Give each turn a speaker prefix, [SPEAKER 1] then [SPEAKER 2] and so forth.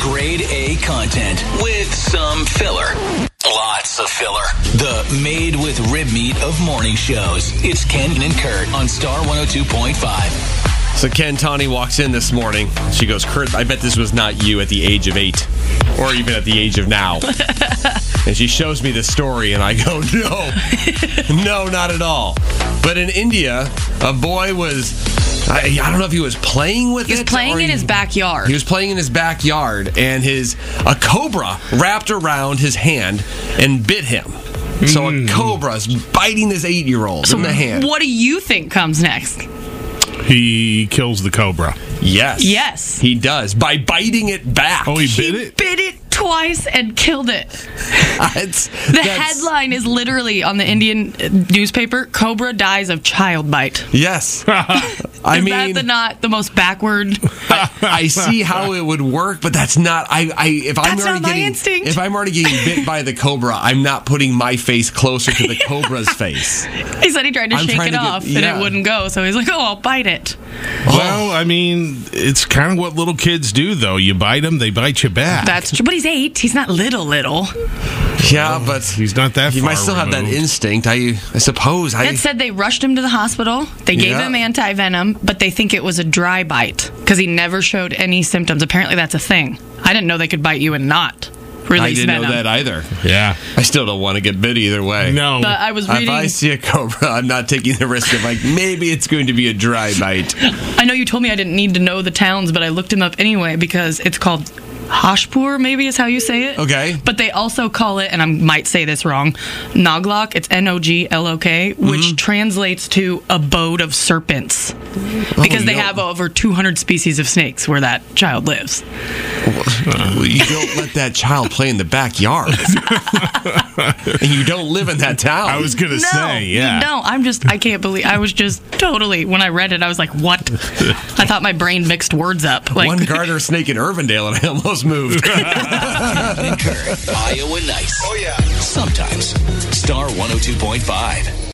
[SPEAKER 1] grade A content with some filler. Lots of filler. The made with rib meat of morning shows. It's Ken and Kurt on Star 102.5.
[SPEAKER 2] So Ken Tawny walks in this morning. She goes, Kurt, I bet this was not you at the age of eight, or even at the age of now. and she shows me the story, and I go, No, no, not at all. But in India, a boy was, I, I don't know if he was playing with
[SPEAKER 3] He was
[SPEAKER 2] it.
[SPEAKER 3] playing
[SPEAKER 2] or
[SPEAKER 3] in
[SPEAKER 2] he-
[SPEAKER 3] his backyard.
[SPEAKER 2] He was playing in his backyard, and his a cobra wrapped around his hand and bit him. So
[SPEAKER 3] Hmm.
[SPEAKER 2] a cobra's biting this eight-year-old in the hand.
[SPEAKER 3] What do you think comes next?
[SPEAKER 4] He kills the cobra.
[SPEAKER 2] Yes.
[SPEAKER 3] Yes.
[SPEAKER 2] He does by biting it back.
[SPEAKER 4] Oh, he bit it?
[SPEAKER 3] Bit it twice and killed it.
[SPEAKER 2] That's-
[SPEAKER 3] The
[SPEAKER 2] that's-
[SPEAKER 3] headline is literally on the Indian uh, newspaper: "Cobra dies of child bite."
[SPEAKER 2] Yes. I
[SPEAKER 3] is
[SPEAKER 2] mean,
[SPEAKER 3] that the, not the most backward?
[SPEAKER 2] I see how it would work, but that's not. I, I if I'm
[SPEAKER 3] That's
[SPEAKER 2] already
[SPEAKER 3] not my
[SPEAKER 2] getting
[SPEAKER 3] instinct.
[SPEAKER 2] if I'm already getting bit by the cobra, I'm not putting my face closer to the cobra's face.
[SPEAKER 3] he said he tried to
[SPEAKER 2] I'm
[SPEAKER 3] shake
[SPEAKER 2] trying
[SPEAKER 3] it
[SPEAKER 2] to get-
[SPEAKER 3] off and
[SPEAKER 2] yeah.
[SPEAKER 3] it wouldn't go, so he's like, "Oh, I'll bite it."
[SPEAKER 4] Well, I mean, it's kind of what little kids do, though. You bite them, they bite you
[SPEAKER 2] Ah.
[SPEAKER 4] back.
[SPEAKER 3] That's true. But he's eight. He's not little, little.
[SPEAKER 2] Yeah, but
[SPEAKER 4] He's not that
[SPEAKER 2] You
[SPEAKER 4] far
[SPEAKER 2] might still have that
[SPEAKER 4] removed.
[SPEAKER 2] instinct. I I suppose. I
[SPEAKER 3] That said, they rushed him to the hospital. They gave
[SPEAKER 2] Yeah.
[SPEAKER 3] him anti venom, but they think it was a dry bite because he never showed any symptoms. Apparently, that's a thing. I didn't know they could bite you and not release
[SPEAKER 2] I didn't
[SPEAKER 3] venom.
[SPEAKER 2] know that either.
[SPEAKER 4] yeah.
[SPEAKER 2] I still don't want to get bit either way.
[SPEAKER 4] No.
[SPEAKER 3] but I was
[SPEAKER 2] If
[SPEAKER 3] reading.
[SPEAKER 2] I see a cobra, I'm not taking the risk of like maybe it's going to be a dry bite.
[SPEAKER 3] I know you told me I didn't need to know the towns, but I looked him up anyway because it's called Hashpur, maybe is how you say it.
[SPEAKER 2] Okay.
[SPEAKER 3] But they also call it, and I might say this wrong, Noglok. It's N O G L O K, which translates to abode of serpents because they
[SPEAKER 2] Oh, no.
[SPEAKER 3] have over 200 species of snakes where that child lives.
[SPEAKER 2] Well, you don't let that child play in the backyard. and you don't live in that town.
[SPEAKER 4] I was going to say, yeah.
[SPEAKER 3] No, I'm just, I can't believe, I was just totally, when I read it, I was like, what? I thought my brain mixed words up. Like,
[SPEAKER 2] one garter snake in Irvindale, and I almost moved.
[SPEAKER 1] Iowa Nice. Oh, yeah. Sometimes. Star 102.5.